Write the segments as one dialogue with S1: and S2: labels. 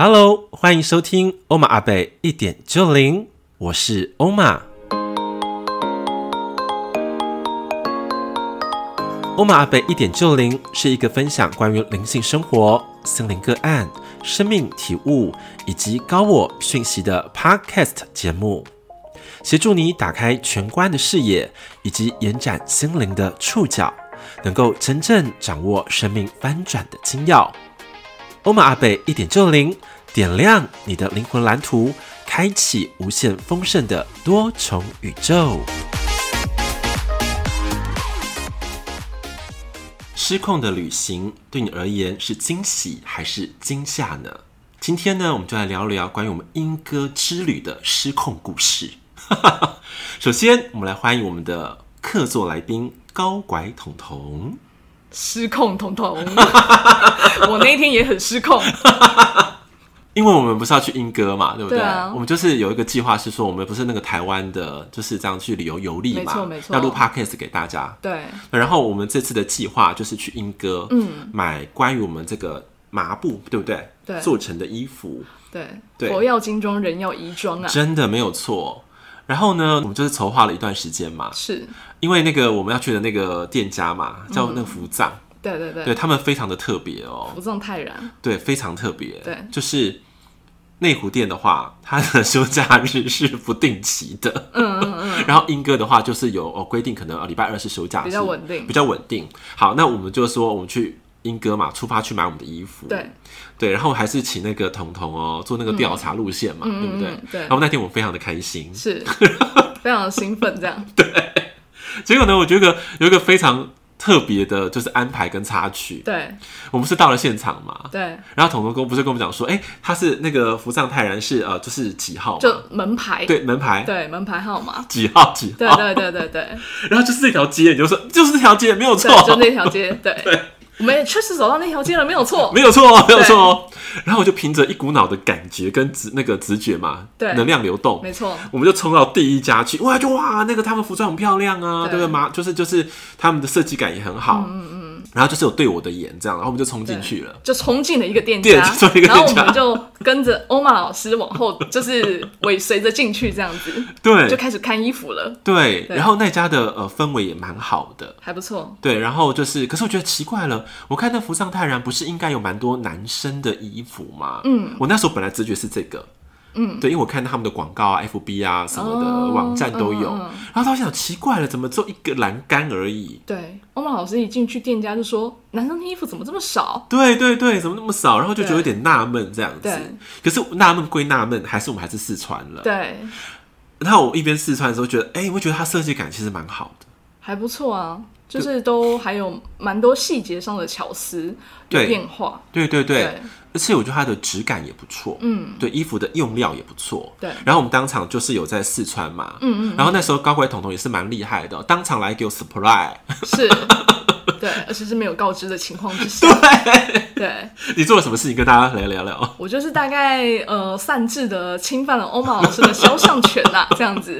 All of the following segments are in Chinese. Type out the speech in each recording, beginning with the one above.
S1: Hello，欢迎收听欧玛阿贝一点就灵，我是欧玛。欧玛阿贝一点就灵是一个分享关于灵性生活、心灵个案、生命体悟以及高我讯息的 Podcast 节目，协助你打开全观的视野，以及延展心灵的触角，能够真正掌握生命翻转的精要。欧玛阿贝一点就灵，点亮你的灵魂蓝图，开启无限丰盛的多重宇宙。失控的旅行对你而言是惊喜还是惊吓呢？今天呢，我们就来聊聊关于我们英歌之旅的失控故事。 首先，我们来欢迎我们的客座来宾高拐彤彤。
S2: 失控彤彤， 我那一天也很失控。
S1: 因为我们不是要去英歌嘛，对不对？
S2: 对啊
S1: 我们就是有一个计划是说，我们不是那个台湾的，就是这样去旅游游历嘛，
S2: 没错没错
S1: 要录 podcast 给大家。
S2: 对，
S1: 然后我们这次的计划就是去英歌，嗯，买关于我们这个麻布，对不对？
S2: 对
S1: 做成的衣服，
S2: 对，
S1: 对
S2: 佛要金装，人要衣装啊，
S1: 真的没有错。然后呢，我们就是筹划了一段时间嘛，
S2: 是，
S1: 因为那个我们要去的那个店家嘛，叫那个福藏，
S2: 对对嗯对，
S1: 对他们非常的特别哦，
S2: 不藏泰然，
S1: 对，非常特别。
S2: 对
S1: 就是内湖店的话，它的休假日是不定期的。嗯嗯嗯。 然后英歌的话，就是有哦规定，可能呃礼拜二是休假日，
S2: 比较稳定
S1: 比较稳定。好，那我们就说我们去英歌嘛，出发去买我们的衣服。
S2: 对嗯
S1: 对，然后还是请那个彤彤哦做那个调查路线嘛，对不对？
S2: 嗯嗯对
S1: 然后那天我非常的开心，
S2: 是，非常兴奋这样。
S1: 结果呢，我觉得有一个非常特别的，就是安排跟插曲。
S2: 对
S1: 我们是到了现场嘛，
S2: 对，
S1: 然后统统公不是跟我们讲说，哎、他是那个福藏泰然是呃，就是几号嘛？
S2: 就门牌，
S1: 对哦门牌
S2: 对门牌号码，
S1: 几号几
S2: 对
S1: 号？
S2: 对对 对对，
S1: 然后就是这条街，你就说就是这条街没有错
S2: 对，，就那条街，对，我们也确实走到那条街了，没有错，
S1: 没有错，没有错。然后我就凭着一股脑的感觉跟直那个直觉嘛，
S2: 对
S1: 能量流动，
S2: 没错，
S1: 我们就冲到第一家去，哇，就哇，那个他们服装很漂亮啊，对
S2: 对
S1: 不对嘛？就是就是他们的设计感也很好，嗯嗯然后就是有对我的眼这样，然后我们就冲进去了。
S2: 就冲进了一个店
S1: 对
S2: 家
S1: 冲进一，个店家
S2: 然后我们就跟着欧玛老师往后，就是尾随着进去这样子，
S1: 对
S2: 就开始看衣服了，
S1: 对，
S2: 对
S1: 然后那家的呃氛围也蛮好的，
S2: 还不错，
S1: 对，然后就是，可是我觉得奇怪了，我看那服上泰然不是应该有蛮多男生的衣服吗？嗯，我那时候本来直觉是这个，嗯，对，因为我看到他们的广告啊、FB 啊什么的、
S2: 哦
S1: 网站都有，
S2: 嗯嗯
S1: 然后当时想奇怪了，怎么只有一个栏杆而已？
S2: 对，欧玛老师一进去店家就说：“男生的衣服怎么这么少
S1: 对对对，怎么那么少？然后就觉得有点纳闷这样子
S2: 对。
S1: 可是纳闷归纳闷，还是我们还是试穿？”了。
S2: 对，
S1: 然后我一边试穿的时候，觉得，哎、我觉得它设计感其实蛮好的。
S2: 还不错啊，就是都还有蛮多细节上的巧思有
S1: 对
S2: 变化，
S1: 对对对，
S2: 对
S1: 而且我觉得它的质感也不错，嗯，对，衣服的用料也不错，
S2: 对
S1: 然后我们当场就是有在试穿嘛，嗯嗯然后那时候高贵彤彤也是蛮厉害的，当场来给我 surprise，
S2: 是，对，而且是没有告知的情况之下，
S1: 对，
S2: 对
S1: 你做了什么事情跟大家来聊聊？
S2: 我就是大概呃擅自的侵犯了欧玛老师的肖像权呐、这样子。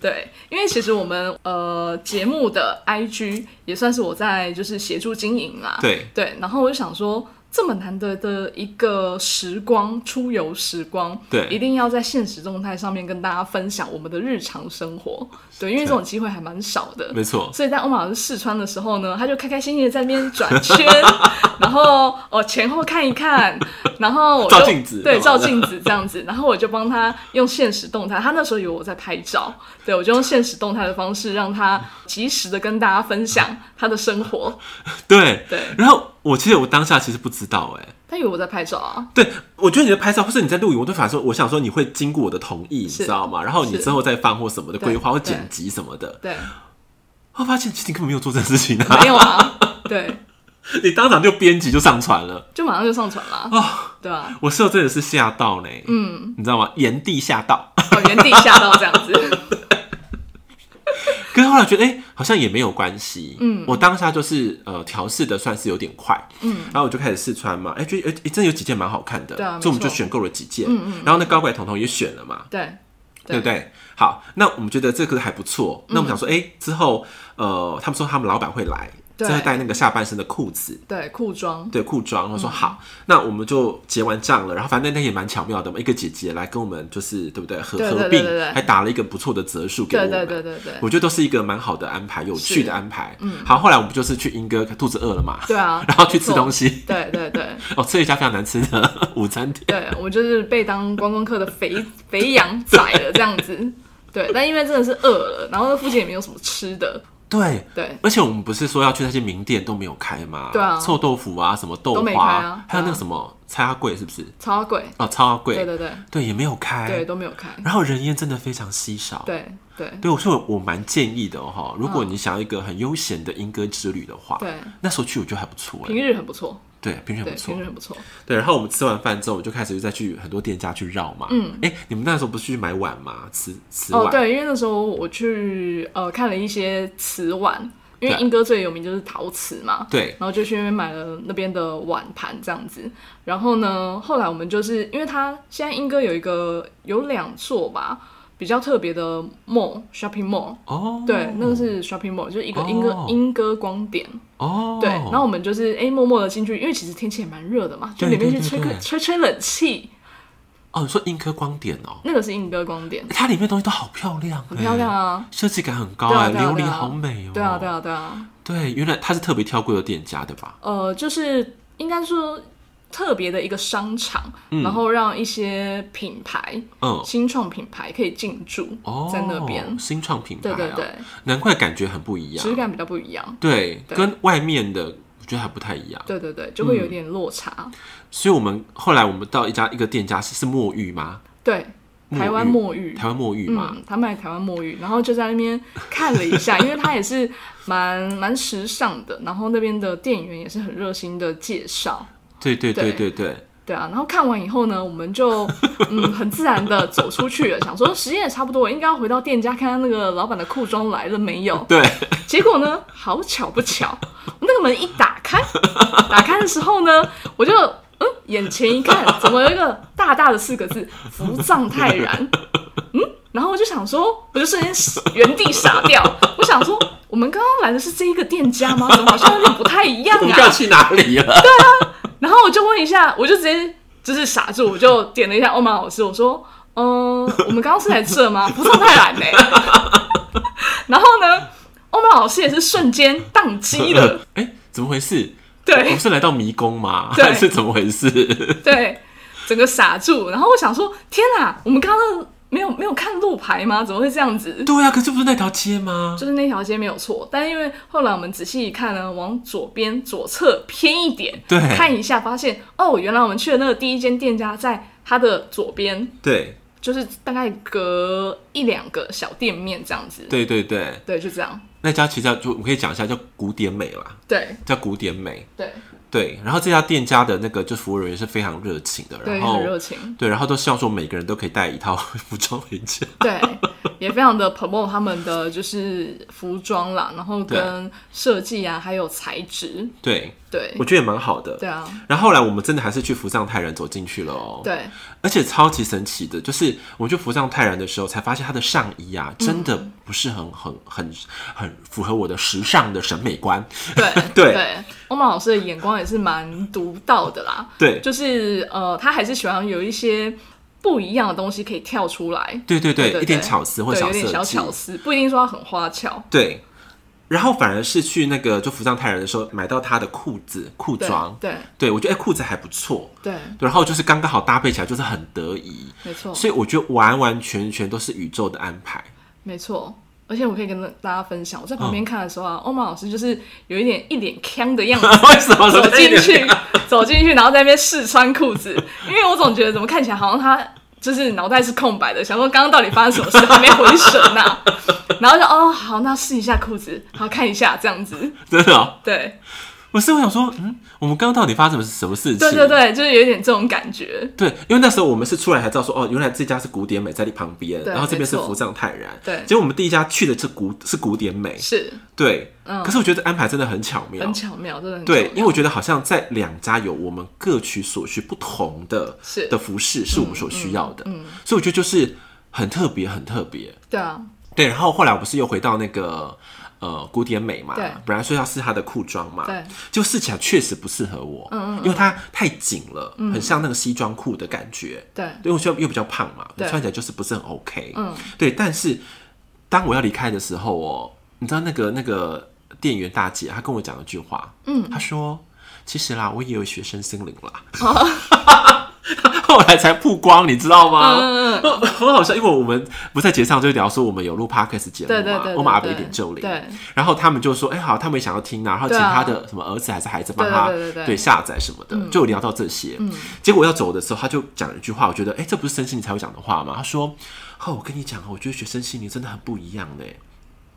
S2: 对，因为其实我们呃节目的 IG 也算是我在就是协助经营啦。
S1: 对
S2: 对，然后我就想说，这么难得的一个时光出游时光，
S1: 对
S2: 一定要在现实动态上面跟大家分享我们的日常生活。对，因为这种机会还蛮少的。
S1: 没错，
S2: 所以在欧马老师试穿的时候呢，他就开开心心的在那边转 圈，然后哦前后看一看，然后我就
S1: 照镜子
S2: 对，
S1: 干嘛
S2: 照
S1: 的
S2: 镜子这样子，然后我就帮他用现实动态，他那时候以为我在拍照，对我就用现实动态的方式让他及时的跟大家分享他的生活，
S1: 对
S2: 对
S1: 然后我其实我当下其实不知道、哎，
S2: 他以为我在拍照啊，
S1: 对，我觉得你在拍照或是你在录影，我都反说，我想说你会经过我的同意，你
S2: 是
S1: 知道吗？然后你
S2: 是
S1: 之后再放或什么的
S2: 对
S1: 规划或
S2: 对
S1: 剪辑什么的，
S2: 对，
S1: 我发现其实你根本没有做这件事情啊，
S2: 没有啊，对，
S1: 你当场就编辑就上传了
S2: 就马上就上传了，
S1: 哦。
S2: 对啊，
S1: 我室友真的是吓到呢，嗯，你知道吗？原地吓到，
S2: 哦原地吓到这样子，
S1: 可是后来觉得，哎、好像也没有关系，嗯，我当下就是呃调试的算是有点快，嗯，然后我就开始试穿嘛，哎、觉得哎、诶真的有几件蛮好看的，
S2: 对啊没错
S1: 所以我们就选购了几件，嗯嗯，然后那高拐彤彤也选了嘛，
S2: 对
S1: 对不嗯对？好，那我们觉得这个还不错，那我们想说，哎、之后呃，他们说他们老板会来，再会带那个下半身的裤子。
S2: 对，裤装，
S1: 对裤装，然
S2: 嗯
S1: 后说好，那我们就结完账了。然后反正那天也蛮巧妙的嘛，一个姐姐来跟我们就是对不对合
S2: 对对
S1: 合
S2: 对
S1: 并
S2: 对对，
S1: 还打了一个不错的折数给我
S2: 对
S1: 们。
S2: 对对对对，
S1: 我觉得都是一个蛮好的安排，有趣
S2: 是
S1: 的安排。嗯，好，后来我们就是去英哥，肚子饿了嘛，
S2: 对啊，
S1: 然后去吃
S2: 没错
S1: 东，西，
S2: 对对对
S1: 哦，吃了一家非常难吃的午餐店。
S2: 对，我就是被当观光客的肥肥羊宰了这样子。对，但因为真的是饿了，然后那附近也没有什么吃的，
S1: 对，
S2: 对
S1: 而且我们不是说要去那些名店都没有开吗？
S2: 对啊
S1: 臭豆腐啊，什么豆
S2: 都没
S1: 花，
S2: 开啊
S1: 还有那
S2: 对
S1: 个
S2: 啊
S1: 什么菜花柜，是不是？
S2: 超贵，
S1: 哦，超花柜，
S2: 对对对
S1: 对也没有开。
S2: 对，都没有开，
S1: 然后人烟真的非常稀少。
S2: 对对
S1: 对，我说我我蛮建议的哦哈、如果你想要一个很悠闲的莺歌之旅的话，
S2: 嗯对，
S1: 那时候去我觉得还不错哎，
S2: 平日很不错，
S1: 对，平时很
S2: 对，
S1: 不错
S2: 平日。很不错，哦
S1: 对，然后我们吃完饭之后，我就开始再去很多店家去绕嘛。嗯，哎、你们那时候不是去买碗吗？瓷瓷碗。
S2: 哦，对，因为那时候我去呃看了一些瓷碗，因为
S1: 对
S2: 英哥最有名就是陶瓷嘛，
S1: 对
S2: 然后就去那边买了那边的碗盘这样子。然后呢，后来我们就是因为他现在英哥有一个有两座吧比较特别的 mall shopping mall，
S1: 哦，
S2: 对，那个是 shopping mall，就是一个英歌、
S1: 哦
S2: 英歌光点。
S1: 哦，
S2: 对，然后我们就是哎、默默的进去，因为其实天气也蛮热的嘛，就
S1: 对
S2: 里面
S1: 对
S2: 去
S1: 对
S2: 吹个
S1: 对
S2: 吹吹冷气，
S1: 哦，你说英科光点哦，
S2: 那个是英歌光点，
S1: 它里面东西都好漂亮，欸
S2: 很漂亮，啊。
S1: 设计感很高
S2: 对啊
S1: 哎，
S2: 对啊
S1: 琉
S2: 对
S1: 璃
S2: 啊
S1: 好美哦。
S2: 对啊，对啊，对啊，
S1: 对原来它是特别挑过的店家对吧？
S2: 呃，就是应该说特别的一个商场，然后让一些品牌、
S1: 嗯，
S2: 新创品牌可以进驻
S1: 哦，
S2: 在那边，
S1: 新创品牌、
S2: 对
S1: 啊，
S2: 对对，
S1: 难怪感觉很不一样，
S2: 质感比较不一样。
S1: 对，
S2: 对
S1: 跟外面的我觉得还不太一样。
S2: 对对对，就会有点落差。
S1: 嗯所以我们后来我们到一家一个店家是是墨玉吗？
S2: 对，
S1: 墨
S2: 台湾
S1: 玉
S2: 墨玉，
S1: 台湾墨玉嘛，
S2: 嗯，他卖台湾墨玉，然后就在那边看了一 下，因为他也是蛮蛮时尚的，然后那边的店员也是很热心的介绍，
S1: 对对对对
S2: 对
S1: 对，
S2: 对啊，然后看完以后呢，我们就 嗯很自然的走出去了，想说时间也差不多，应该要回到店家看看那个老板的裤装来了没有。
S1: 对，
S2: 结果呢，好巧不巧，那个门一打开， 打开的时候呢，我就嗯眼前一看，怎么有一个大大的四个字 “福藏泰然”，嗯，然后我就想说，我就瞬间原地傻掉，我想说，我们刚刚来的是这一个店家吗？怎么好像有点不太一样
S1: 我们
S2: 啊
S1: 要？去哪里了？
S2: 然后我就问一下，我就直接就是傻住，我就点了一下哦欧玛老师，我说：“嗯、我们刚刚是来这吗？不上太懒嘞。” 然后呢，哦欧玛老师也是瞬间宕机 了，
S1: 哎、怎么回事？我
S2: 对
S1: 们是来到迷宫吗？
S2: 对
S1: 还是怎么回事？
S2: 对，整个傻住。然后我想说：“天啊，我们刚刚没有没有看路牌吗？怎么会这样子？”
S1: 对啊，可是不是那条街吗？
S2: 就是那条街没有错，但因为后来我们仔细一看呢，往左边左侧偏一点，
S1: 对
S2: 看一下发现哦，原来我们去的那个第一间店家在它的左边，
S1: 对
S2: 就是大概隔一两个小店面这样子。
S1: 对对对，
S2: 对，就这样。
S1: 那家其实叫就我们可以讲一下，叫古典美啦，
S2: 对
S1: 叫古典美。
S2: 对
S1: 对，然后这家店家的那个就服务人员是非常热情的，
S2: 对，
S1: 然后
S2: 很热情，
S1: 对，然后都希望说每个人都可以带一套 服装回家。
S2: 对，也非常的 promote 他们的就是服装啦，然后跟设计啊，还有材质，
S1: 对，
S2: 对
S1: 我觉得也蛮好的。
S2: 对啊，
S1: 然后后来我们真的还是去福藏泰然走进去了哦。
S2: 对
S1: 而且超级神奇的，就是我去服上泰然的时候，才发现他的上衣啊，
S2: 嗯
S1: 真的不是很很很很符合我的时尚的审美观。
S2: 对
S1: 对
S2: 对，欧曼老师的眼光也是蛮独到的啦，
S1: 对，
S2: 就是呃，他还是喜欢有一些不一样的东西可以跳出来，
S1: 对对
S2: 对
S1: 对，一点巧思或
S2: 对
S1: 小
S2: 有点
S1: 设
S2: 小
S1: 计，
S2: 巧思，不一定说他很花俏，
S1: 对。然后反而是去那个就服上泰然的时候，买到他的裤子裤
S2: 对
S1: 装，
S2: 对
S1: 对我觉得哎裤子还不错，
S2: 对，
S1: 对然后就是刚刚好搭配起来，就是很得宜。
S2: 没错。
S1: 所以我觉得完完全全都是宇宙的安排。。
S2: 没错，而且我可以跟大家分享，我在旁边看的时候啊，欧玛老师就是有一点一脸腔的 样子
S1: 为什么
S2: 走
S1: 怎
S2: 进？
S1: 么有
S2: 去
S1: 点，
S2: 走进去，然后在那边试穿裤 子，因为我总觉得怎么看起来好像他就是脑袋是空白的，想说刚刚到底发生什么事，还没回神呐、 然后就哦，好，那试一下裤子，好看一下这样子，
S1: 真的哦，
S2: 对，
S1: 我是我想说，嗯，我们刚刚到底发生了什么事情？
S2: 对对对，就是有一点这种感觉，
S1: 对，因为那时候我们是出来才知道说，哦，原来这家是古典美在旁边，
S2: 对
S1: 然后这边是
S2: 没错
S1: 福藏泰然。
S2: 对
S1: 结果我们第一家去的是古是古典美，
S2: 是
S1: 对。
S2: 嗯
S1: 可是我觉得安排真的很巧妙，
S2: 很巧妙，真的很巧
S1: 对，因为
S2: 妙，
S1: 我觉得好像在两家有我们各取所需不同的
S2: 是嗯
S1: 的服饰，是我们所需要的，所以我觉得就是很特别，很特别。
S2: 对啊，
S1: 对，然后后来我不是又回到那个呃古典美嘛
S2: 对，
S1: 本来说要试它的裤装嘛，
S2: 对，
S1: 就试起来确实不适合我，嗯嗯，因为它太紧了，
S2: 嗯
S1: 很像那个西装裤的感觉，
S2: 对
S1: 因为我现在又比较胖嘛，
S2: 对
S1: 穿起来就是不是很 OK，
S2: 嗯，
S1: 对，但是当我要离开的时候哦，你知道那个那个店员大姐她跟我讲了一句话，嗯，她说其实啦，我也有学生心灵啦。
S2: 哦
S1: 后来才曝光，你知道吗？
S2: 嗯 嗯
S1: 很好笑，因为我们不在节上就聊说我们有录 podcast 节目嘛，
S2: 对对对对
S1: 我们阿北一
S2: 对
S1: 点就零，
S2: 对
S1: 然后他们就说，哎、好，他们也想要听啊，然后请
S2: 对啊
S1: 他的什么儿子还是孩子帮他
S2: 对对对对对嗯
S1: 下载什么的，就有聊到这些。结果要走的时候，他就讲了一句话，我觉得，哎、这不是身心灵才会讲的话吗？他说，哦，我跟你讲哦，我觉得学身心灵真的很不一样嘞。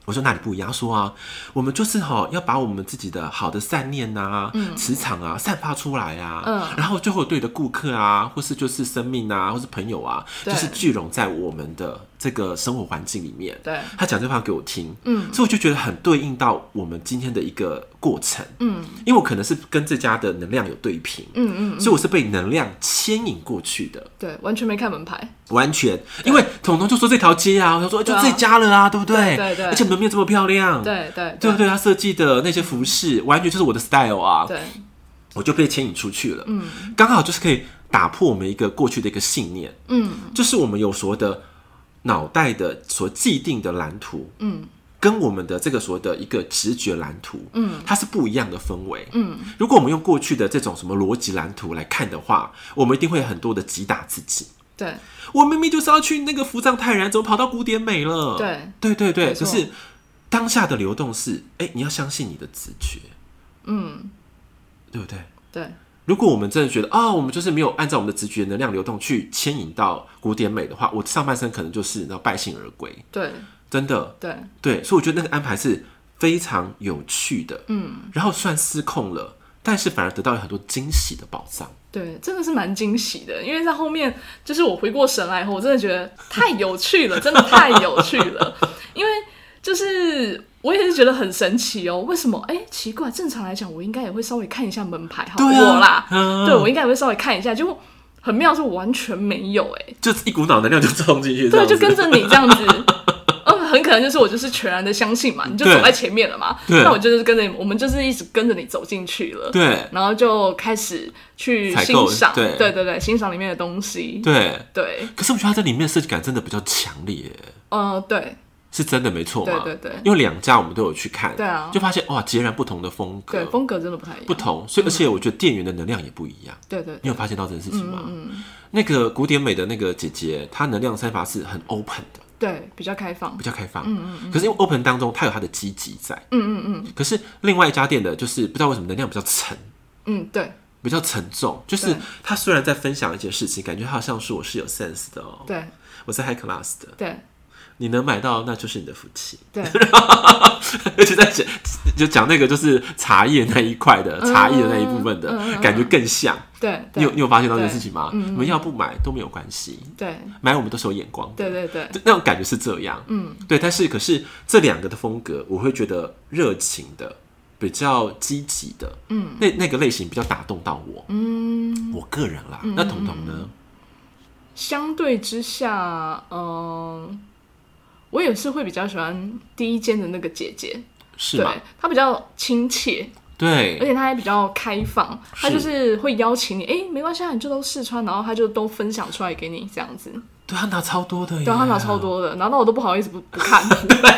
S1: 我说哪里不一样？他说啊，我们就是哈、要把我们自己的好的善念呐、磁场啊散发出来啊，
S2: 嗯
S1: 然后最后对你的顾客啊，或是就是生命啊，或是朋友啊，就
S2: 对
S1: 是聚拢在我们的这个生活环境里面。
S2: 对
S1: 他讲这番话给我听，
S2: 嗯
S1: 所以我就觉得很对应到我们今天的一个过程，
S2: 嗯
S1: 因为我可能是跟这家的能量有对平，
S2: 嗯嗯，
S1: 所以我是被能量牵引过去的。
S2: 对，完全没看门牌，
S1: 完全，因为彤彤就说这条街啊，他说就
S2: 对啊
S1: 这家了啊，对不对？
S2: 对对
S1: 而且门面这么漂亮，
S2: 对对
S1: 对不对？他设计的那些服饰，完全就是我的 style 啊，
S2: 对
S1: 我就被牵引出去了。嗯，刚好就是可以打破我们一个过去的一个信念，
S2: 嗯
S1: 就是我们有所谓的脑袋的所既定的蓝图，
S2: 嗯
S1: 跟我们的这个所谓的一个直觉蓝图，
S2: 嗯，
S1: 它是不一样的氛围。
S2: 嗯，
S1: 如果我们用过去的这种什么逻辑蓝图来看的话，我们一定会有很多的击打自己。
S2: 对
S1: 我明明就是要去那个服藏泰然，怎么跑到古典美了？
S2: 对
S1: 对对对，
S2: 没
S1: 可
S2: 错
S1: 是当下的流动是，哎、你要相信你的直觉，
S2: 嗯
S1: 对不对？
S2: 对
S1: 如果我们真的觉得啊、我们就是没有按照我们的直觉能量流动去牵引到古典美的话，我上半身可能就是要败兴而归，
S2: 对
S1: 真的。
S2: 对
S1: 对，所以我觉得那个安排是非常有趣的，嗯，然后虽然失控了，但是反而得到了很多惊喜的宝藏。
S2: 对，真的是蛮惊喜的，因为在后面就是我回过神来以后，我真的觉得太有趣了，真的太有趣了，因为就是。我也是觉得很神奇哦，为什么？哎、奇怪，正常来讲，我应该也会稍微看一下门牌，好、
S1: 对啊
S2: 我啦，
S1: 嗯
S2: 对我应该也会稍微看一下，结果很妙，是我完全没有哎、
S1: 就是一股脑能量就冲进去，这
S2: 对，
S1: 样子
S2: 就跟着你这样 子。嗯，很可能就是我就是全然的相信嘛，你就
S1: 对
S2: 走在前面了嘛，
S1: 对
S2: 那我就是跟着你，我们就是一直跟着你走进去了，
S1: 对
S2: 然后就开始去
S1: 采购
S2: 欣赏，
S1: 对
S2: 对对对，欣赏里面的东西，
S1: 对。
S2: 对，
S1: 可是我觉得它这里面的设计感真的比较强烈耶，
S2: 嗯、对
S1: 是真的没错嘛？
S2: 对对对
S1: 因为两家我们都有去看，
S2: 对啊
S1: 就发现哇，截然不同的风格，
S2: 对，风格真的不太一样，
S1: 不同，所以而且我觉得店员的能量也不一样。
S2: 对对
S1: 你有发现到这件事情吗？
S2: 嗯
S1: 那个古典美的那个姐姐，她能量散发是很 open 的，
S2: 对，比较开放
S1: 比，较开放。嗯嗯可是因为 open 当中，它有它的积极在。
S2: 嗯嗯嗯
S1: 可是另外一家店的，就是不知道为什么能量比较沉，
S2: 嗯，对
S1: 比较沉重。就是
S2: 对
S1: 她虽然在分享一件事情，感觉她好像是我是有 sense 的哦、
S2: 对
S1: 我是 high class 的，
S2: 对
S1: 你能买到那就是你的福气。
S2: 对
S1: 而且在讲就讲那个就是茶叶那一块的
S2: 嗯
S1: 茶叶的那一部分的、感觉更像。
S2: 对
S1: 你有你
S2: 嗯对嗯
S1: 有发现到这件事情吗？我们要不买都没有关系，
S2: 对
S1: 买我们都是有眼光的。
S2: 对对对，
S1: 对，那种感觉是这样。嗯，对。但是可是这两个的风格，我会觉得热情的。比较积极的，嗯，那那个类型比较打动到我，嗯，我个人啦。那彤彤呢？
S2: 相对之下，嗯、我也是会比较喜欢第一间的那个姐姐，
S1: 是
S2: 对
S1: 吗？，
S2: 他比较亲切，而
S1: 对，
S2: 且他还比较开放，他
S1: 是
S2: 就是会邀请你，哎、没关系，啊，你就都试穿，然后他就都分享出来给你这样子，
S1: 对他拿超多的耶，
S2: 对，啊他拿超多的，然后那我都不好意思 不不看，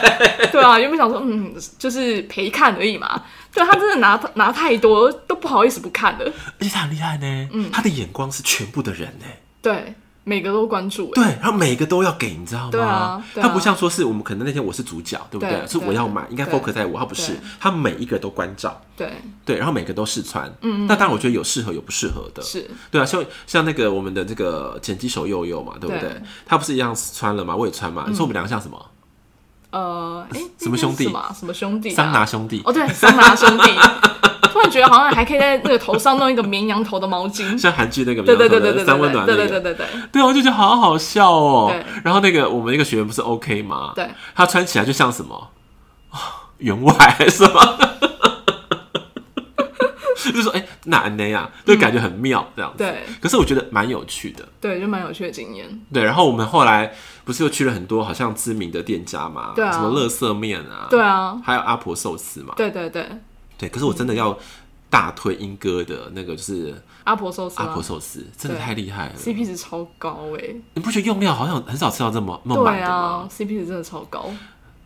S2: 对，啊，原本想说，嗯，就是陪看而已嘛，对他真的拿拿太多，都不好意思不看了，
S1: 而且他很厉害呢，
S2: 嗯
S1: 他的眼光是全部的人呢，
S2: 对，每个都关注，哎
S1: 对，然后每个都要给，你知道吗？
S2: 对啊对啊
S1: 他不像说是我们可能那天我是主角，对不对？
S2: 对
S1: 是我要买，应该
S2: 对
S1: focus 在我，他不是
S2: 对，
S1: 他每一个都关照，
S2: 对，
S1: 对，然后每个都试穿，嗯，那当然我觉得有适合有不适合的，
S2: 是，
S1: 对啊，像像那个我们的这个剪辑手佑佑嘛，对不对
S2: 对？嗯
S1: 他不是一样穿了吗？我也穿嘛，你说我们两个像什么？
S2: 呃，哎、
S1: 什么兄弟
S2: 那个是什么什么兄弟、啊？
S1: 桑拿兄弟
S2: 哦，，对，桑拿兄弟。 突然觉得好像还可以在那个头上弄一个绵羊头的毛 巾，
S1: 像韩剧那个
S2: 对对对对对对
S1: 三温暖那
S2: 对对对
S1: 个。
S2: 对对
S1: 对啊，我就觉得好好笑哦
S2: 对。
S1: 然后那个我们那个学员不是 OK 吗？
S2: 对，
S1: 他穿起来就像什么哦啊员外 是吗？就说哎、那安内啊，就感觉很妙这样子。
S2: 对
S1: 可是我觉得蛮有趣的。
S2: 对，就蛮有趣的经验。
S1: 对，然后我们后来不是又去了很多好像知名的店家嘛，
S2: 对啊
S1: 什么乐色面啊，
S2: 对，啊，
S1: 还有阿婆寿司嘛，
S2: 对对对，
S1: 对。可是我真的要大推英哥的那个就是
S2: 阿婆寿司
S1: 阿
S2: 啊
S1: 婆寿司，真的
S2: 对
S1: 太厉害了。
S2: ，CP 值超高哎、
S1: 你不觉得用料好像很少吃到这么那么满
S2: 对
S1: 的吗
S2: 啊？，CP 值真的超高。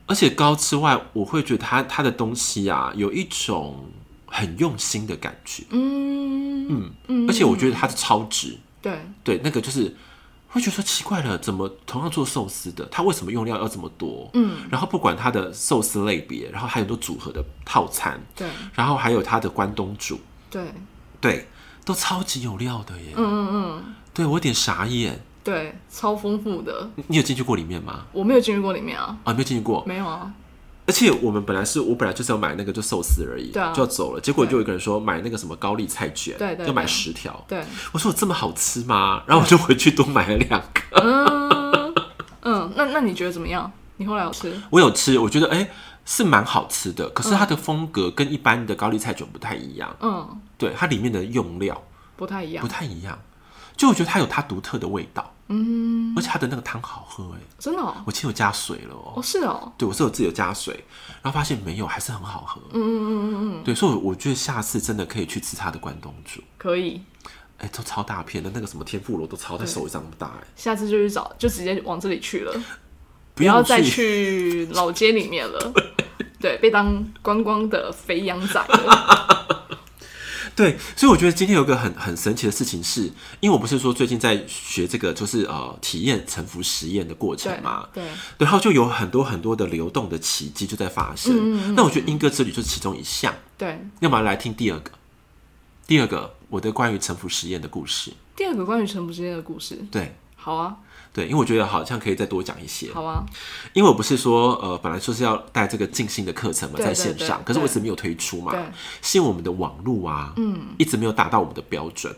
S1: 而且高之外，我会觉得它它的东西啊，有一种很用心的感觉，
S2: 嗯嗯
S1: 而且我觉得它的超值，
S2: 对
S1: 对，那个就是会觉得说奇怪了，怎么同样做寿司的，它为什么用料要这么多？
S2: 嗯，
S1: 然后不管它的寿司类别，然后还有很多组合的套餐，
S2: 对
S1: 然后还有它的关东煮，
S2: 对，
S1: 对，都超级有料的耶。
S2: 嗯嗯嗯，
S1: 对我有点傻眼，
S2: 对，超丰富的。
S1: 你你有进去过里面吗？
S2: 我没有进去过里面啊，
S1: 啊、没有进去过。
S2: 没有啊，
S1: 而且我们本来是我本来就是要买那个就寿司而已，
S2: 对啊
S1: 就要走了。结果就有一个人说买那个什么高丽菜卷，
S2: 对对对
S1: 要买十条。
S2: 对，
S1: 我说有这么好吃吗？然后我就回去多买了两个。
S2: 嗯嗯，那那你觉得怎么样？你后来有吃？
S1: 我有吃，我觉得哎、是蛮好吃的，可是它的风格跟一般的高丽菜卷不太一样，
S2: 嗯，
S1: 对它里面的用料
S2: 不太一
S1: 不
S2: 样，
S1: 太一样，就我觉得它有它独特的味道，
S2: 嗯，
S1: 而且它的那个汤好喝哎、
S2: 真的哦，
S1: 我记得有加水了哦、
S2: 哦是哦，
S1: 对我是有自己有加水，然后发现没有，还是很好喝。
S2: 嗯嗯嗯嗯嗯，
S1: 对，所以我我觉得下次真的可以去吃它的关东煮。
S2: 可以，
S1: 哎、都超大片的，那个什么天妇罗都超在手掌那么大哎、
S2: 下次就去找，就直接往这里去了，
S1: 不
S2: 不要
S1: 用
S2: 再去老街里面 了。对，被当观光的肥羊仔 了。
S1: 对，所以我觉得今天有一个很很神奇的事情是，因为我不是说最近在学这个就是呃体验沉浮实验的过程
S2: 对
S1: 嘛，
S2: 对
S1: 然后就有很多很多的流动的奇迹就在发生。
S2: 嗯
S1: 那我觉得英歌之旅就是其中一项。
S2: 对，
S1: 那么来听第二个，第二个我的关于沉浮实验的故事。
S2: 第二个关于陈不之间的故事，
S1: 对
S2: 好啊，
S1: 对，因为我觉得好像可以再多讲一些。
S2: 好啊，
S1: 因为我不是说呃，本来就是要带这个静心的课程嘛，
S2: 对
S1: 在线上，
S2: 对对
S1: 可是我一直没有推出嘛
S2: 对，
S1: 是因为我们的网络啊，嗯，一直没有达到我们的标准，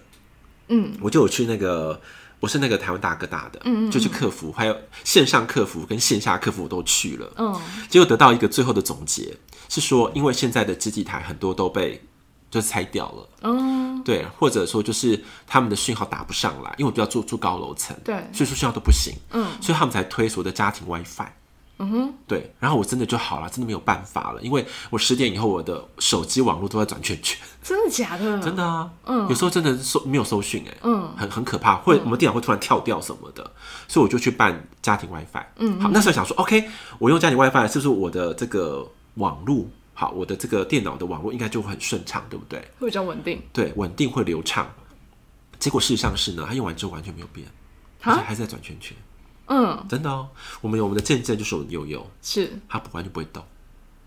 S2: 嗯，
S1: 我就有去那个。我是那个台湾大哥大的，嗯就去客服，还有线上客服跟线下客服我都去了，
S2: 嗯，
S1: 结果得到一个最后的总结是说，因为现在的知己台很多都被就拆掉了，
S2: 嗯，
S1: 对，或者说就是他们的讯号打不上来，因为我们要住住高楼层，
S2: 对
S1: 所以说讯号都不行，
S2: 嗯，
S1: 所以他们才推所谓的家庭 WiFi。嗯
S2: 哼，
S1: 对，然后我真的就好了，真的没有办法了，因为我十点以后我的手机网络都在转圈 圈，
S2: 真的假的？
S1: 真
S2: 的，
S1: 的啊，嗯，有时候真的搜没有搜讯哎、
S2: 嗯
S1: 很很可怕，会、我们电脑会突然跳掉什么的，所以我就去办家庭 WiFi，嗯，好，那时候想说，OK，我用家庭 WiFi 是不是我的这个网络，好，我的这个电脑的网络应该就会很顺畅，对不对？
S2: 会比较稳定
S1: 对，稳定会流畅。结果事实上是呢，它用完之后完全没有变，
S2: 啊
S1: 而且还是在转圈圈，
S2: 嗯，
S1: 真的哦。我们有我们的见证就是我们悠悠，
S2: 是。
S1: 它不完全不会动。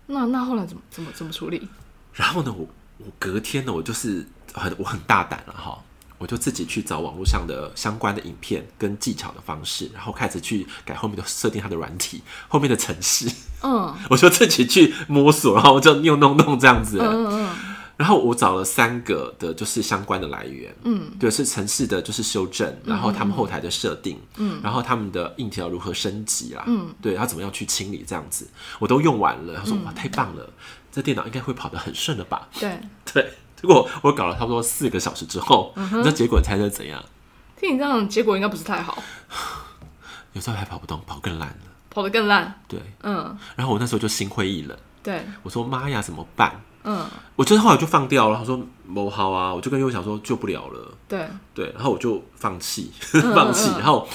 S2: 那那后来怎么怎么怎么处理？
S1: 然后呢，我我隔天呢，我就是很我很大胆了哈，我就自己去找网络上的相关的影片跟技巧的方式，然后开始去改后面的设定它的软体后面的程式，
S2: 嗯
S1: 我就自己去摸索，然后就用弄弄这样子。
S2: 嗯嗯
S1: 然后我找了三个的，就是相关的来源，嗯，对，是城市的，就是修正，然后他们后台的设定，嗯，然后他们的硬体要如何升级啦，嗯，对，要怎么样去清理这样子，我都用完了。他说哇，太棒了，这电脑应该会跑得很顺了吧？
S2: 嗯，对。
S1: 对，结果我搞了差不多四个小时之后，你知道结果猜猜怎样？
S2: 听你这样，结果应该不是太好，
S1: 有时候还跑不动，跑更烂了。
S2: 跑得更烂。
S1: 对，
S2: 嗯，
S1: 然后我那时候就心灰意冷，
S2: 对，
S1: 我说妈呀，怎么办？
S2: 嗯，
S1: 我就是后来就放掉了。他说某好啊，我就跟佑想说救不了了。
S2: 对，
S1: 对，然后我就放弃， 放弃，然后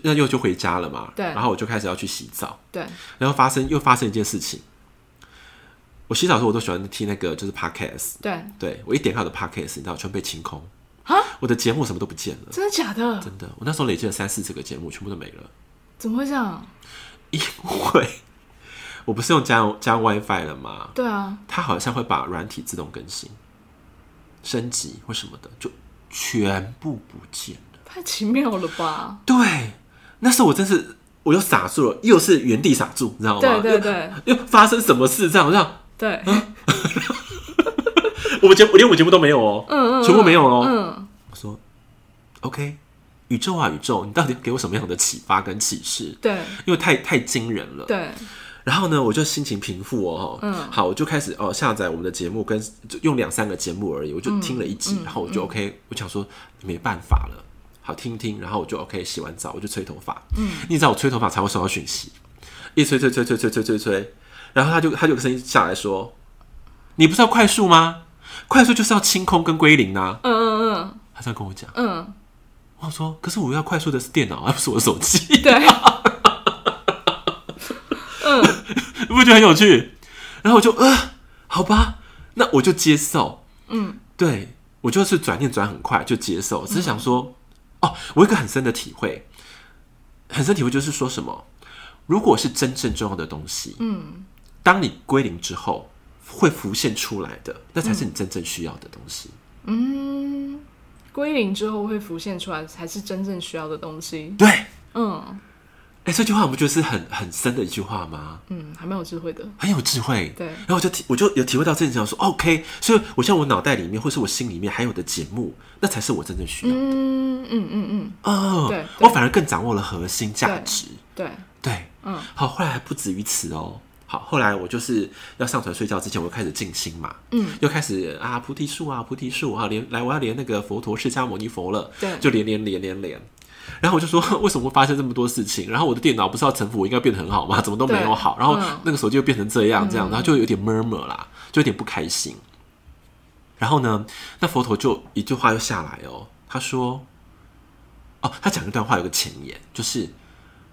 S1: 那又就回家了嘛。
S2: 对
S1: 然后我就开始要去洗澡，
S2: 对，
S1: 然后发生又发生一件事情。我洗澡的时候，我都喜欢听那个就是 podcast，
S2: 对，
S1: 对我一点开我的 podcast，你知道，全被清空
S2: 啊，
S1: 我的节目什么都不见了，
S2: 真的假的？
S1: 真的，我那时候累积了三四十个节目，全部都没了，
S2: 怎么会这样？
S1: 因为我不是用家用家用 WiFi 了吗？
S2: 对啊，
S1: 它好像会把软体自动更新、升级或什么的，就全部不见。
S2: 太奇妙了吧？
S1: 对，那时候我真是我又傻住了，又是原地傻住，你知道吗？
S2: 对对对
S1: 又，又发生什么事这样？我这样，
S2: 对，
S1: 我们节我连我节目都没有哦，
S2: 嗯嗯，
S1: 全部没有哦。
S2: 嗯，
S1: 我说，OK，宇宙啊宇宙，你到底给我什么样的启发跟启示？
S2: 对
S1: 因为太太惊人了。
S2: 对，
S1: 然后呢，我就心情平复哦，嗯，好，我就开始哦下载我们的节目跟，就用两三个节目而已，我就听了一集，然后我就 OK，、我想说没办法了，好听听，然后我就 OK，洗完澡我就吹头发，嗯，你知道我吹头发才会收到讯息，一吹吹吹吹吹吹吹吹，然后他就他就有个声音下来说，你不是要快速吗？快速就是要清空跟归零啊，
S2: 嗯嗯
S1: 他这样跟我讲，
S2: 嗯嗯，
S1: 我想说，可是我要快速的是电脑，而不是我的手机。
S2: 对， 嗯
S1: 你不觉得很有趣？然后我就呃，好吧，那我就接受。
S2: 嗯，
S1: 对我就是转念转很快就接受，只是想说，哦，我有一个很深的体会，很深体会就是说什么，如果是真正重要的东西，嗯，当你归零之后会浮现出来的，那才是你真正需要的东西。
S2: 嗯，归零之后会浮现出来，才是真正需要的东西。
S1: 对，哎、
S2: 嗯
S1: 这句话我不就是很很深的一句话吗？
S2: 嗯，还蛮有智慧的。
S1: 很有智慧，
S2: 对
S1: 然后我就体，我就有体会到这件事情，说哦 OK，所以我像我脑袋里面或是我心里面还有的节目，那才是我真正需要的。
S2: 嗯嗯嗯嗯，
S1: 哦，
S2: 对对
S1: 我反而更掌握了核心价值。
S2: 对，
S1: 对，
S2: 嗯
S1: 好，后来还不止于此哦。好，后来我就是要上床睡觉之前，我就开始静心嘛，
S2: 嗯，
S1: 又开始啊菩提树啊菩提树啊，连来我要连那个佛陀释迦牟尼佛了，
S2: 对
S1: 就连连连连连。然后我就说，为什么会发生这么多事情？然后我的电脑不是要臣服，我应该变得很好吗？怎么都没有好，
S2: 对
S1: 然后
S2: 嗯
S1: 那个手机又变成这样，这样，然后就有点 murmur 啦，就有点不开心。然后呢，那佛陀就一句话又下来哦，他说，哦，他讲一段话有个前言，就是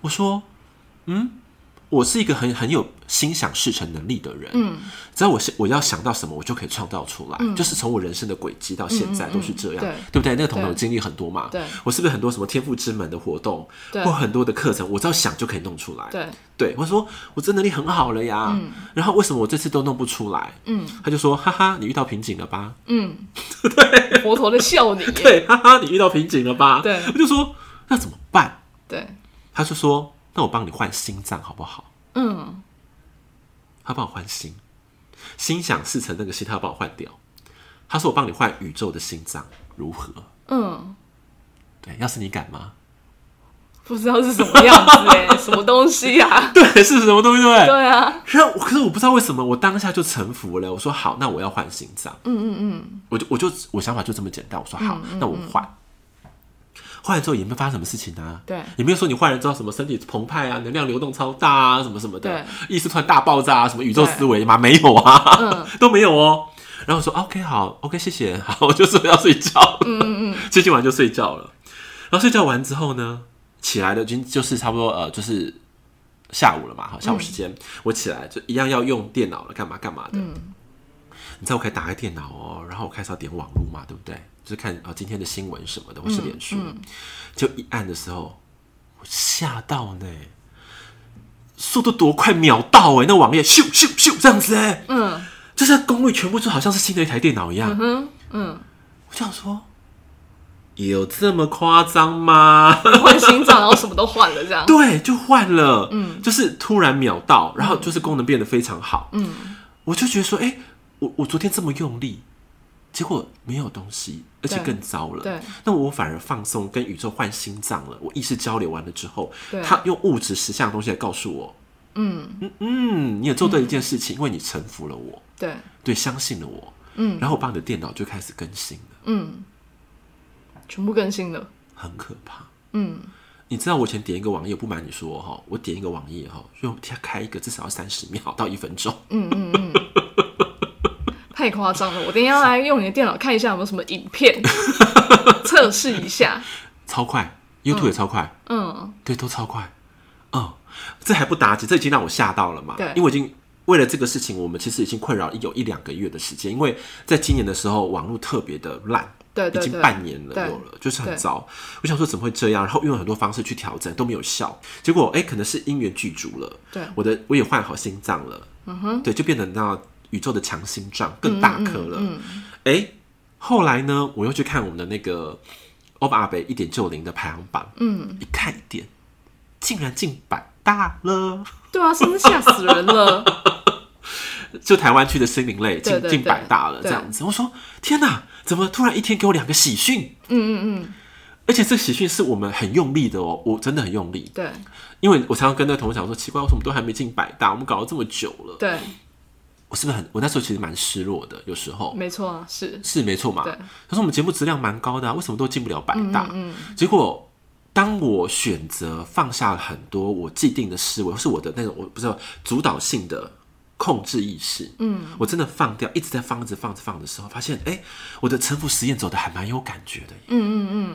S1: 我说，嗯，我是一个很很有心想事成能力的人，嗯，只要我是我要想到什么，我就可以创造出来，就是从我人生的轨迹到现在
S2: 嗯嗯嗯
S1: 都是这样，
S2: 对
S1: 对不对？那个同学
S2: 对
S1: 经历很多嘛，
S2: 对
S1: 我是不是很多什么天赋之门的活动，
S2: 对
S1: 或很多的课程，我只要想就可以弄出来，
S2: 对，
S1: 对，我说我这能力很好了呀，然后为什么我这次都弄不出来？
S2: 嗯
S1: 他就说：“哈哈，你遇到瓶颈了吧？
S2: 嗯，佛陀在笑你耶。
S1: 对，哈哈，你遇到瓶颈了吧？”
S2: 对
S1: 我就说：“那怎么办
S2: 对，？”
S1: 他就说：“那我帮你换心脏好不好
S2: 嗯，？”
S1: 他帮我换心，心想事成那个心，他要帮我换掉。他说：“我帮你换宇宙的心脏，如何
S2: 嗯，？”
S1: 对，要是你敢吗？
S2: 不知道是什么样子 哎，什么东西啊？
S1: 对，是什么东西？对不对？
S2: 对啊，
S1: 然后我可是我不知道为什么，我当下就臣服了。我说好，那我要换心脏。嗯嗯嗯，我就我就我想法就这么简单。我说好，那我换。换了之后也没有发生什么事情啊，
S2: 对
S1: 也没有说你换了之后什么身体澎湃啊，能量流动超大啊，什么什么的，
S2: 对
S1: 意识突然大爆炸啊，什么宇宙
S2: 对
S1: 思维嘛，没有啊，
S2: 嗯
S1: 都没有哦。然后我说 OK 好，OK 谢谢， 好，我就是要睡觉了，嗯 嗯，接近完就睡觉了。然后睡觉完之后呢，起来的已经就是差不多呃，就是下午了嘛，好，下午时间、我起来就一样要用电脑了，干嘛干嘛的。你知道我可以打开电脑哦，然后我开始要点网络嘛，对不对？就是看啊、呃今天的新闻什么的，或是脸书，就一按的时候，我吓到呢，速度多快，秒到哎，那网页咻咻咻这样子哎，
S2: 嗯
S1: 就是功率全部就好像是新的一台电脑一样。
S2: 嗯哼嗯，
S1: 我想说，有这么夸张吗？
S2: 换心脏，然后什么都换了这样。
S1: 对，就换了，嗯，就是突然秒到，
S2: 嗯
S1: 然后就是功能变得非常好，嗯，我就觉得说，哎、我我昨天这么用力，结果没有东西，而且
S2: 对
S1: 更糟了，
S2: 对，
S1: 那我反而放松，跟宇宙换心脏了，我意识交流完了之后
S2: 对，
S1: 他用物质实相的东西来告诉我，嗯嗯，你也做对一件事情，因为你臣服了我，
S2: 对，
S1: 对，相信了我，
S2: 嗯
S1: 然后我把你的电脑就开始更新了，
S2: 嗯，全部更新了。
S1: 很可怕。
S2: 嗯，
S1: 你知道我以前点一个网页，不瞒你说哈，我点一个网页哈，用开一个至少要三十秒到一分钟。
S2: 嗯太夸张了，我等一下来用你的电脑看一下有没有什么影片，测试一下。
S1: 超快，YouTube 也超快，
S2: 嗯，
S1: 对，都超快。嗯，这还不打紧，这已经让我吓到了嘛。
S2: 对
S1: 因为我已经为了这个事情，我们其实已经困扰有一两个月的时间，因为在今年的时候，网络特别的烂。
S2: 对对
S1: 已经
S2: 对
S1: 半年了，
S2: 对
S1: 有了，就是很
S2: 对
S1: 糟。我想说怎么会这样？然后用很多方式去调整都没有效，结果哎、可能是因缘具足了。
S2: 对
S1: 我的我也换好心脏了，嗯哼，对，就变得那宇宙的强心
S2: 嗯
S1: 脏更大颗了。哎、后来呢，我又去看我们的那个欧巴阿北一点九零的排行榜，嗯，一看一点，竟然进百大了，
S2: 对啊，真的吓死人了。
S1: 就台湾区的心灵类
S2: 对
S1: 进
S2: 对
S1: 进
S2: 对
S1: 百大了，这
S2: 对
S1: 样子。我说天哪，怎么突然一天给我两个喜讯？
S2: 嗯嗯嗯，
S1: 而且这个喜讯是我们很用力的哦，我真的很用力，
S2: 对
S1: 因为我常常跟那个同事讲说，奇怪，为什么都还没进百大，我们搞了这么久了，
S2: 对，
S1: 我是不是很？我那时候其实蛮失落的，有时候
S2: 没错啊，是，
S1: 是没错嘛。
S2: 对
S1: 可是我们节目质量蛮高的、啊，为什么都进不了百大？
S2: 嗯
S1: 结果当我选择放下了很多我既定的思维，或是我的那种我不知道主导性的控制意识，
S2: 嗯，
S1: 我真的放掉，一直在放，一直放，一直放的时候，发现哎、我的沉浮实验走的还蛮有感觉的耶，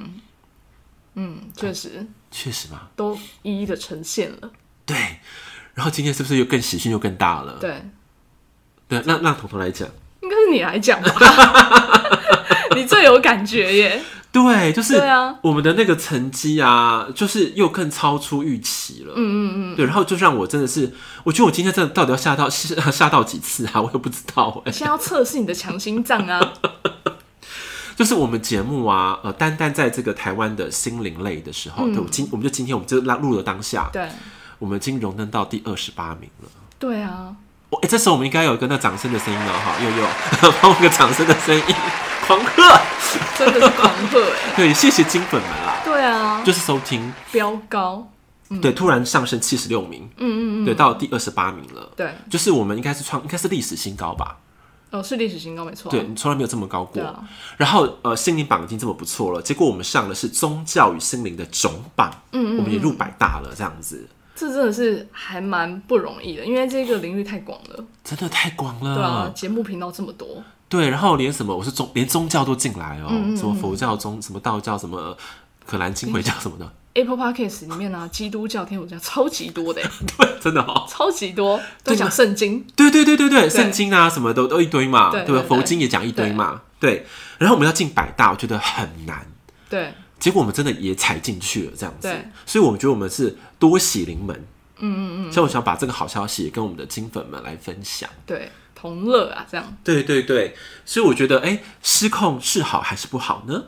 S2: 嗯，确实
S1: 确实嘛，
S2: 都一一的呈现了，
S1: 对。然后今天是不是又更喜讯又更大了？
S2: 对，
S1: 对，那那彤彤来讲，
S2: 应该是你来讲吧， 你最有感觉耶，
S1: 对，就是
S2: 对啊
S1: 我们的那个成绩啊，就是又更超出预期了。嗯嗯嗯，对，然后就让我真的是，我觉得我今天真的到底要吓到吓到几次啊，我 也不知道哎、
S2: 先要测试你的强心脏啊，
S1: 就是我们节目啊，呃，单单在这个台湾的心灵类的时候，对，我今我们就今天我们就拉录了当下，
S2: 嗯对，
S1: 我们已经荣登到第二十八名了。
S2: 对啊，
S1: 我哎、这时候我们应该有一个那掌声的声音了哈，佑佑， 帮我个掌声的声音， 狂贺！
S2: 真的是狂贺哎，
S1: 对，谢谢金粉们啦，
S2: 对啊，
S1: 就是收听，
S2: 飙高，
S1: 对，突然上升七十六名，
S2: 嗯嗯嗯嗯，
S1: 对，到第二十八名了。
S2: 对，
S1: 就是我们应该是创，应该是历史新高吧？
S2: 哦，是历史新高没错啊，
S1: 对，你从来没有这么高过。
S2: 对啊
S1: 然后呃，心灵榜已经这么不错了，结果我们上的是宗教与心灵的总榜，嗯我们也入百大了，这样子
S2: 这真的是还蛮不容易的，因为这个领域太广了，
S1: 真的太广
S2: 对啊
S1: 了，。
S2: 节目频道这么多，
S1: 对，然后连什么我是宗，连宗教都进来哦，什么佛教宗，什么道教，什么呃可兰经、回教什么的，
S2: Apple Podcast 里面呢、啊基督教、天主教超级多的欸，
S1: 对，真的哦。
S2: 超级多，都讲圣经。
S1: 对对对对对，圣经啊什么都都一堆嘛，
S2: 对
S1: 对吧？
S2: 对对
S1: 佛经也讲一堆嘛，对。然后我们要进百大，我觉得很难。
S2: 对，
S1: 结果我们真的也踩进去了，这样子
S2: 对。
S1: 所以我觉得我们是多喜临门。嗯嗯嗯。所以我想把这个好消息也跟我们的金粉们来分享。
S2: 对，同乐啊，这样
S1: 对对对，所以我觉得，哎、失控是好还是不好呢？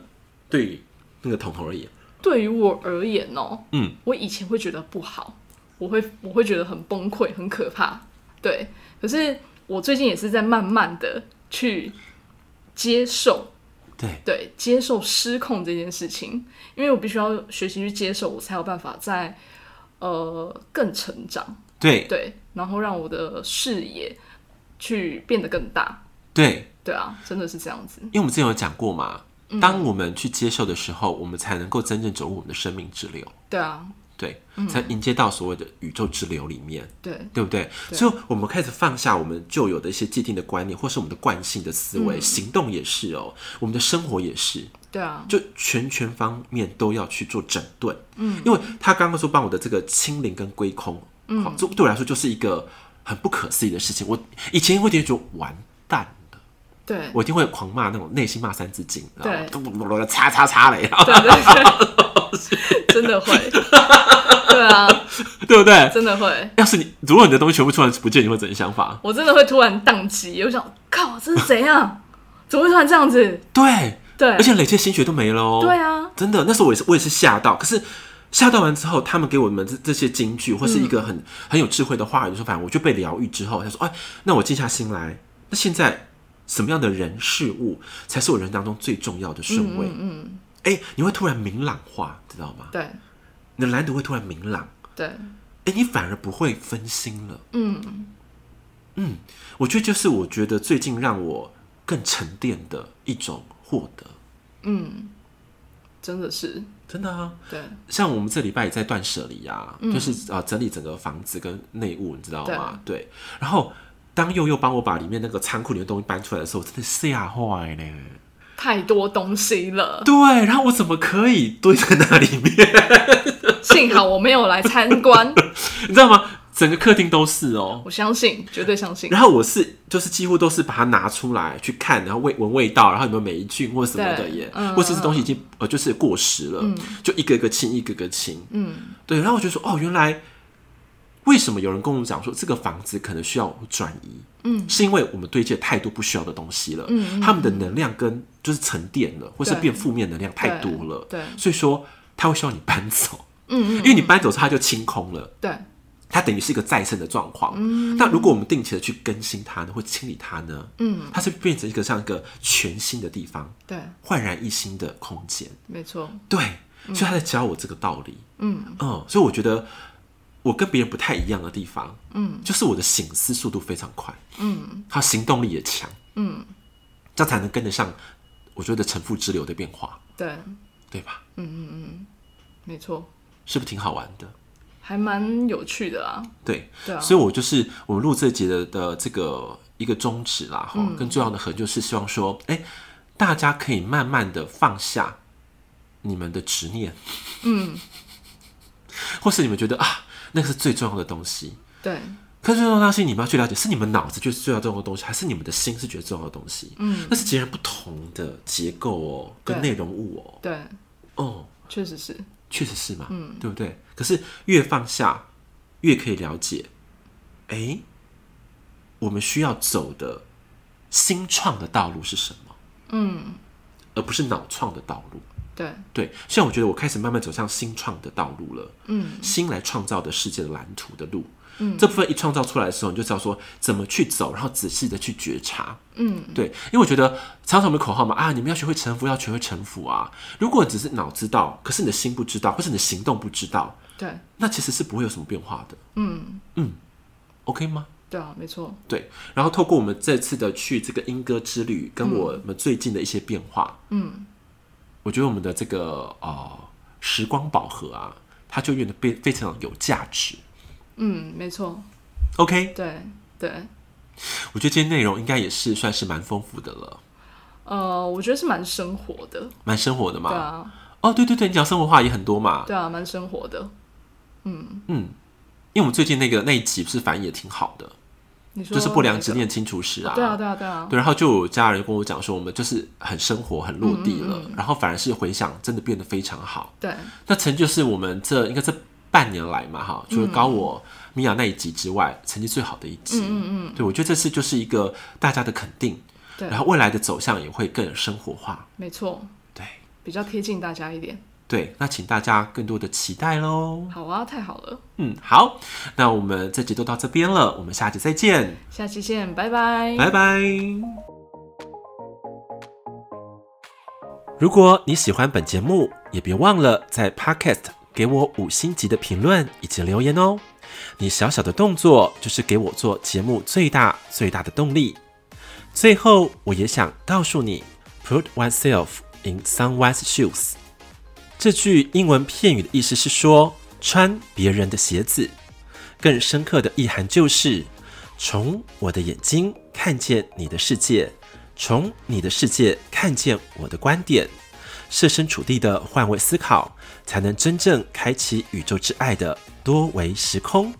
S1: 对于那个彤彤而言，
S2: 对于我而言哦、
S1: 嗯，
S2: 我以前会觉得不好，我会我会觉得很崩溃，很可怕，对。可是我最近也是在慢慢的去接受，
S1: 对
S2: 对，接受失控这件事情，因为我必须要学习去接受，我才有办法在呃更成长，
S1: 对
S2: 对，然后让我的视野去变得更大，
S1: 对，
S2: 对啊，真的是这样子，
S1: 因为我们之前有讲过嘛，当我们去接受的时候，我们才能够真正走入我们的生命之流，
S2: 对啊，
S1: 对，才迎接到所谓的宇宙之流里面。
S2: 对，
S1: 对不对？所以我们开始放下我们旧有的一些既定的观念，或是我们的惯性的思维，行动也是哦，我们的生活也是，
S2: 对啊，
S1: 就全全方面都要去做整顿。嗯，因为他刚刚说帮我的这个清零跟归空，好，这对我来说就是一个很不可思议的事情。我以前会觉得完蛋了，
S2: 对，
S1: 我一定会狂骂那种内心骂三字经，
S2: 对
S1: 然后叉叉叉嘞，然 后
S2: 对对对， 真的会，对啊，
S1: 对不对？
S2: 真的会，
S1: 要是你如果你的东西全部突然不见，你会怎样想法？
S2: 我真的会突然宕机，我想，靠，这是怎样？怎么会突然这样子？
S1: 对，
S2: 对，
S1: 而且累积的心血都没了哦。
S2: 对啊，
S1: 真的，那时候我也是，我也是吓到。可是吓到完之后，他们给我们这这些金句，或是一个很、很有智慧的话语，就说反正我就被疗愈之后，他说：“哎，那我静下心来，那现在什么样的人事物才是我人当中最重要的顺位？”嗯，哎、你会突然明朗化，知道吗？
S2: 对
S1: 你的蓝图会突然明朗，
S2: 对
S1: 哎、你反而不会分心了。嗯嗯，我觉得就是我觉得最近让我更沉淀的一种获得，
S2: 真的是，
S1: 真的啊。
S2: 对
S1: 像我们这礼拜也在断舍离啊，就是啊整理整个房子跟内务，你知道吗？对。然后当佑佑帮我把里面那个仓库里的东西搬出来的时候，我真的吓坏嘞。
S2: 太多东西了，
S1: 对，然后我怎么可以堆在那里面？
S2: 幸好我没有来参观，
S1: 你知道吗？整个客厅都是哦、
S2: 我相信，绝对相信，
S1: 然后我是就是几乎都是把它拿出来去看，然后味闻味道，然后有没有霉菌或什么的
S2: 对
S1: 耶，
S2: 嗯
S1: 或是这东西已经呃就是过时了，就一个一个清，一个个清。
S2: 嗯，
S1: 对，然后我就说，哦，原来为什么有人跟我们讲说这个房子可能需要转移？嗯，是因为我们堆积了太多不需要的东西了，嗯，他们的能量跟就是沉淀了，或是
S2: 对
S1: 变负面能量太多了，
S2: 对
S1: 所以说他会需要你搬走，
S2: 嗯
S1: 因为你搬走之后它就清空了。
S2: 对
S1: 它等于是一个再生的状况。那如果我们定期的去更新它呢，或清理它呢，嗯，它是变成一个像一个全新的地方，
S2: 对，
S1: 焕然一新的空间。
S2: 没错，
S1: 对，所以他在教我这个道理。嗯嗯，所以我觉得我跟别人不太一样的地方，嗯，就是我的醒思速度非常快，嗯，还有行动力也强，嗯，这样才能跟得上我觉得城府之流的变化，
S2: 对，
S1: 对吧？
S2: 没错，
S1: 是不是挺好玩的？
S2: 还蛮有趣的啦。
S1: 对，
S2: 对啊
S1: 所以我就是我们录这节的的这个一个宗旨啦，哈、
S2: 嗯
S1: 跟重要的核就是希望说，哎、大家可以慢慢的放下你们的执念，嗯， 或是你们觉得啊，那个是最重要的东西，
S2: 对，
S1: 可是最重要的东西你们要去了解，是你们脑子觉得最重要的东西，还是你们的心是觉得重要的东西？嗯，那是截然不同的结构哦，跟
S2: 对
S1: 内容物哦，
S2: 对，
S1: 哦，
S2: 确实是，
S1: 确实是嘛，嗯，对不对？可是越放下，越可以了解，哎，我们需要走的新创的道路是什么？嗯，而不是脑创的道路。
S2: 对，
S1: 对，像我觉得我开始慢慢走向新创的道路了，嗯，新来创造的世界的蓝图的路，嗯，这部分一创造出来的时候，你就知道说怎么去走，然后仔细的去觉察，嗯，对，因为我觉得常常我们口号嘛，啊，你们要学会臣服，要学会臣服啊。如果你只是脑知道，可是你的心不知道，或是你的行动不知道，
S2: 对，
S1: 那其实是不会有什么变化的，嗯嗯，OK 吗？
S2: 对啊，没错，
S1: 对，然后透过我们这次的去这个莺歌之旅，跟我们最近的一些变化，嗯，我觉得我们的这个呃时光宝盒啊，它就变得变非常有价值。
S2: 嗯，没错，
S1: OK，
S2: 对，对，
S1: 我觉得今天内容应该也是算是蛮丰富的了，
S2: 呃，我觉得是蛮生活的，
S1: 蛮生活的嘛。
S2: 对啊，
S1: 哦，对对对，你讲生活化也很多嘛，
S2: 对啊，蛮生活的。
S1: 因为我们最近那个那一集不是反应也挺好的，
S2: 你说
S1: 就是不良
S2: 哪
S1: 执
S2: 个
S1: 念清除师啊。
S2: 对啊，对啊，对啊，
S1: 对，然后就有家人跟我讲说，我们就是很生活、很落地了，然后反而是回想真的变得非常好。
S2: 对，
S1: 那成就是我们这应该这半年来嘛，哈，除了高我米娅那一集之外，成绩最好的一集。嗯嗯对，我觉得这次就是一个大家的肯定，
S2: 对
S1: 然后未来的走向也会更生活化。
S2: 没错，
S1: 对
S2: 比较贴近大家一点。
S1: 对，那请大家更多的期待喽。
S2: 好啊，太好了，
S1: 嗯，好，那我们这集就到这边了，我们下集再见，
S2: 下期见，拜拜。
S1: 拜拜。如果你喜欢本节目，也别忘了在 Podcast 给我五星级的评论以及留言哦。你小小的动作就是给我做节目最大最大的动力。最后，我也想告诉你，Put oneself in someone's shoes。这句英文片语的意思是说穿别人的鞋子，更深刻的意涵就是从我的眼睛看见你的世界，从你的世界看见我的观点，设身处地的换位思考，才能真正开启宇宙之爱的多维时空。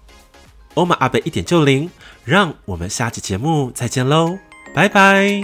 S1: 欧玛阿贝一点就灵，让我们下期节目再见喽，拜拜。